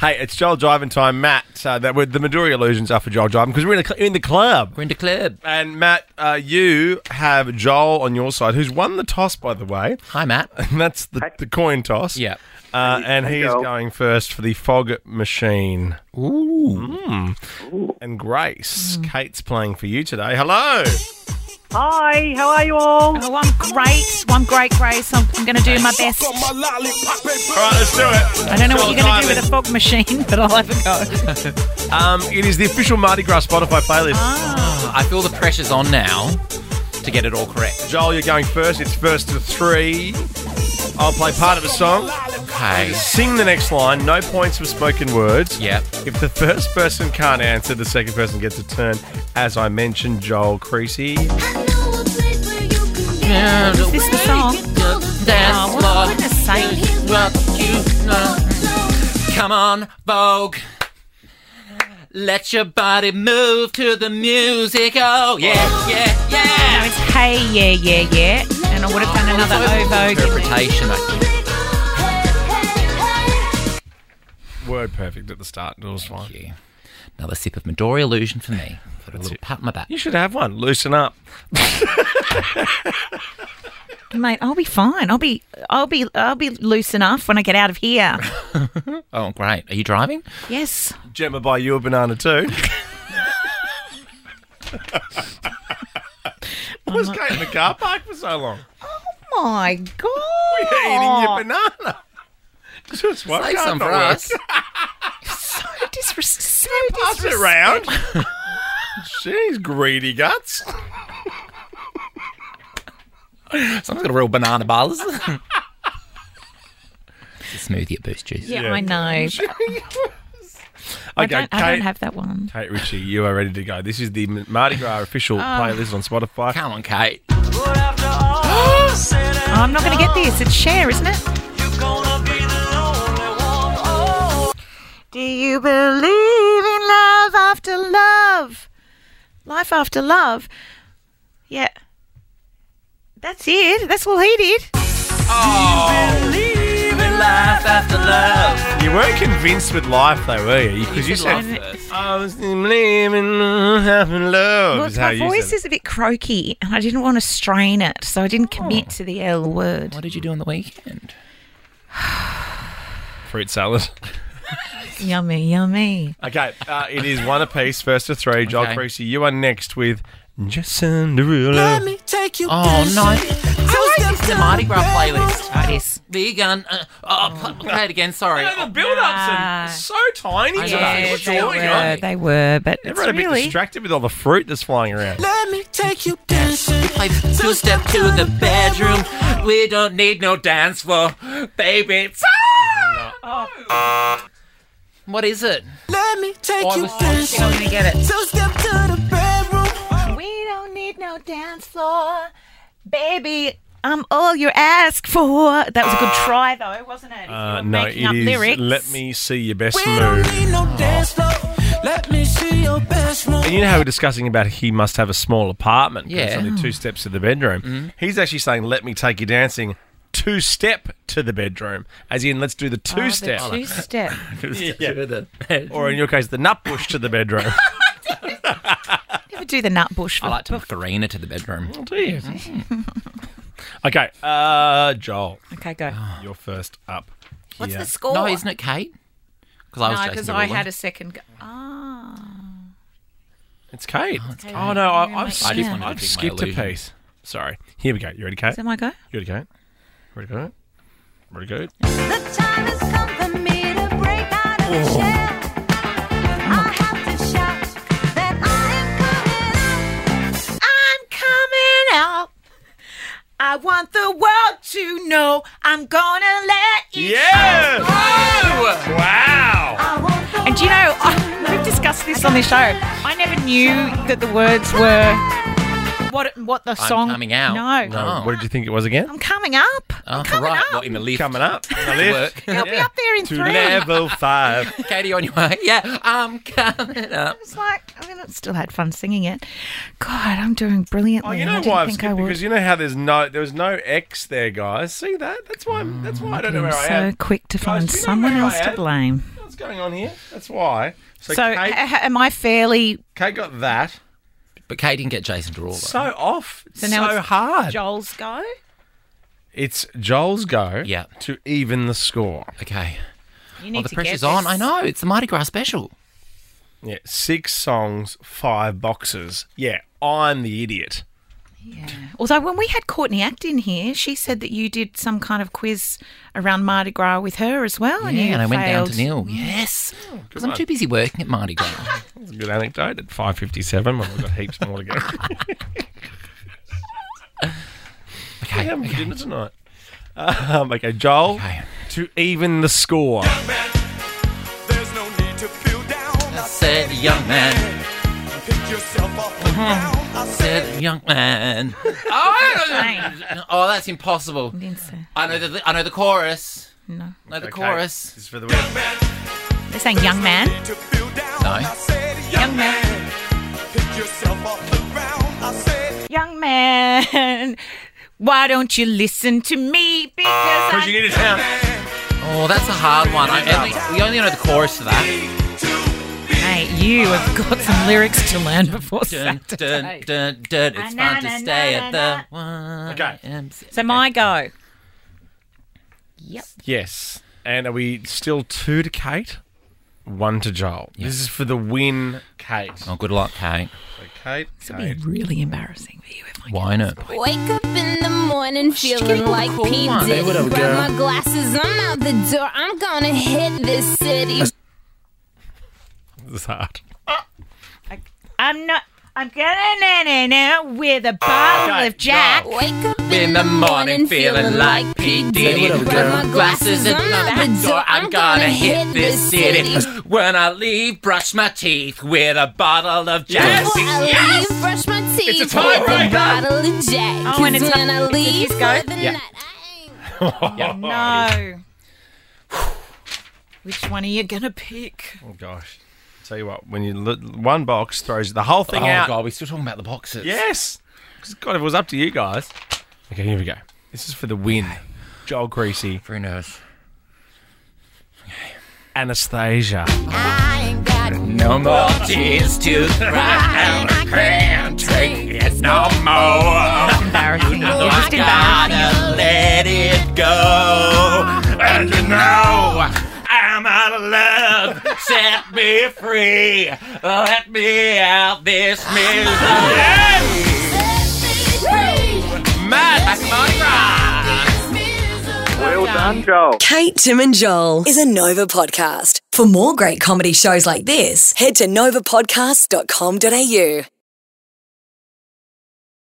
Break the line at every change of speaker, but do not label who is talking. Hey, it's Joel Driving time, Matt. Uh, that we're, the Midori illusions are for Joel Driving because we're in the, cl- in the club.
We're in the club.
And Matt, uh, you have Joel on your side, who's won the toss, by the way.
Hi, Matt.
And that's the, the coin toss.
Yep.
Uh, and he is
Joel.
going first for the fog machine. Mm.
Ooh.
And Grace, Kate's playing for you today. Hello.
Hi, how are you all?
Oh, I'm great. I'm great, Grace. I'm, I'm going to do my best.
All right, let's do it.
I don't know what you're going to do
Driving.
with a fog machine, but I'll have a go.
Um, it is the official Mardi Gras Spotify playlist.
Uh.
I feel the pressure's on now to get it all correct.
Joel, you're going first. It's first to three. I'll play part of a song.
Okay.
Sing the next line. No points for spoken words.
Yep.
If the first person can't answer, the second person gets a turn. As I mentioned, Joel Creasy.
Is this the song?
Dance
Oh,
floor.
for goodness sake.
What you know. Come on, Vogue. Let your body move to the music. Oh, yeah, yeah,
No,
yeah.
it's hey, yeah, yeah, yeah. And I would have done another ovo.
Interpretation, I think.
Word perfect at the start. It was fine.
you. Another sip of Midori illusion for me. Put a little pat on my back.
You should have one. Loosen up.
Mate, I'll be fine. I'll be, I'll be, I'll be loose enough when I get out of here.
Oh, great. Are you driving?
Yes.
Gemma, buy you a banana too. What was Kate in the car park for so long?
My God. Oh,
You're eating your banana. Just one
Say
card
some
not
for
work.
us.
So disrespectful. So
Pass it round. She's greedy guts.
Someone's got a real banana buzz. it's a smoothie at Boost Juice.
Yeah,
Yeah.
I know.
okay,
I, don't, I don't
Kate-
have that one.
Kate Ritchie, you are ready to go. This is the Mardi Gras official
Ah.
playlist on Spotify.
Come on, Kate.
I'm not going to get this. It's share, isn't it?
Oh.
Do you believe in love after love? Life after love? Yeah. That's it. That's all he did.
You weren't convinced with life, though, were you? Because you,
Life
said,
first.
"I was living having love."
Look,
is how
my
you
voice
said it.
is a bit croaky and I didn't want to strain it, so I didn't
Oh.
commit to the L word.
What did you do on the weekend?
fruit salad.
Yummy, yummy.
Okay, uh, it is one apiece, first to three. Joel
Okay.
Creasy, you are next with Jason Derulo.
Oh, no.
I
This is the Mardi Gras playlist. Ah,
like this.
Vegan. Uh, oh, pl- play it again. Sorry.
The build-ups are so tiny
know.
today.
Yeah,
What's
they
going on?
were, they were, but it's
Everyone a bit
really
distracted with all the fruit that's flying around.
Play two step to the bedroom. We don't need no dance floor, baby. It's- Ah! What is it? Oh, Let me take you
I'm gonna get it.
Step to the bedroom.
We don't need no dance floor, baby. I'm all you ask for. That was a good try, though, wasn't it? If you
Ah. Uh,
were
no, it
making up
is.
lyrics.
Let me see your best
We don't
move.
need no dance floor. Let me see your best move.
And you know how we're discussing about he must have a small apartment. 'cause It's
Yeah.
only two steps to the bedroom. He's actually saying, "Let me take you dancing." Two step to the bedroom, as in, let's do the two step,
Oh, Two step.
or in your case, the nut bush to the bedroom.
Never do the nut bush. For
I like to Farina to the bedroom.
okay, uh, Joel,
Okay, go.
you're first up.
What's
here.
the score?
Ah, No, isn't it Kate? Because I was
No,
Jason
because I
Derulo.
had a second. Go- ah.
It's Kate. Oh no, I, I've,
I just
skipped,
wanted to
I've
pick my
skipped a
illusion.
piece. Sorry. Here we go. You ready, Kate?
Is that my go?
You ready, Kate? Ready, Kate? Ready, Kate?
The time has come for me to break out of the shell. I have to shout that I am coming out.
I'm coming out. I want the world to know I'm gonna let you.
Yeah! Wow!
I want the
And do you know, I, we've discussed this on the show. I never knew that the words were what it- what the song.
coming out.
No,
No,
Oh.
What did you think it was again?
I'm coming up.
Oh,
I'm coming
right.
up.
Not in the lift.
Coming up. in the lift.
I'll be up there in
To
three.
level five.
Katie, on your way. Yeah, I'm coming up.
It's like I mean, I still had fun singing it. God, I'm doing brilliantly.
Oh, you
and I
know
didn't
why I've
think I
skipped
would.
because you know how there's no there was no X there, guys. See that? That's why I'm, that's why I don't know
I'm
where I am.
Mm, so quick to
do
find
you know
someone
where I
else to
am?
blame.
That's what's going on here? That's why. So,
So, eh,
Kate,
h- h- am I fairly
Kate got that.
But Kate didn't get Jason Derulo.
So off. So,
now it's
hard.
Joel's go?
it's Joel's go
Yeah.
to even the score.
okay.
You need
Oh, the
to
pressure's
get
on.
this.
I know. It's the Mardi Gras special.
Yeah, six songs, five boxes. Yeah, I'm the idiot.
Although when we had Courtney Act in here, she said that you did some kind of quiz around Mardi Gras with her as well, and
Yeah,
you
and I went down to nil.
failed. Mm. Oh,
Yes. Because I'm too busy working at Mardi Gras.
That's a good anecdote at 5.57 when we've got heaps more to go.
Okay.
Yeah, I'm for dinner tonight. Um, okay, Joel,
Okay.
to even the score.
There's no need to feel down. I
said, young man.
pick yourself up and down. I said,
Said, young man. oh, oh, that's impossible.
Didn't say-
I know the I know the chorus.
No.
Know the
Okay,
chorus.
This is for the win.
They're saying young man.
need to feel down.
No.
I said, young man. Pick yourself up and down. I said,
Young man, why don't you listen to me? Because
Because you
I...
need a town.
Oh, that's a hard one. I only, we only know the chorus for that.
Mate, you have got some lyrics to learn before
Dun, dun,
Saturday.
dun, dun. It's fun
Na, na,
to
na,
stay
na,
at the one.
Okay.
So my go.
Yes. And are we still two to Kate? One to Joel. This is for the win, Kate.
Oh, good luck, Kate.
So Kate,
It'd
Kate.
be really embarrassing for you if I
Why not?
Wake up in the morning feeling like P.
one.
Diddy.
Hey, what up,
Grab my glasses, I'm out the door. I'm gonna hit this city.
This is hard.
I'm not. I'm gonna na na na with a bottle
Okay,
of Jack.
Wake up in the morning feeling like P. Diddy. Grab my glasses, I'm out the door. I'm gonna hit this city.
When I leave, brush my teeth with a bottle of Jack.
Before I leave, brush my teeth with a bottle of Jack.
Oh, and it's
'Cause when I
a- it's a
leave
disco?
for the
Yeah.
night, I ain't
Oh,
No. Which one are you gonna pick?
Oh, gosh. Tell you what, when you look, one box throws the whole thing
Oh
out.
God, we're still talking about the boxes.
Yes. 'Cause God, if it was up to you guys. Okay, here we go. This is for the win. Joel Creasy,
Very nervous.
Anastasia.
I ain't got
No more tears to cry.
I can't take
It's no more.
Embarrassing. You're
I
just embarrassing.
gotta let it go. And you know I'm out of love. Set me free. Let me out this misery. Mad at Mardi Gras.
Well done.
Kate, Tim, and Joel is a Nova podcast. For more great comedy shows like this, head to novapodcast.com.au.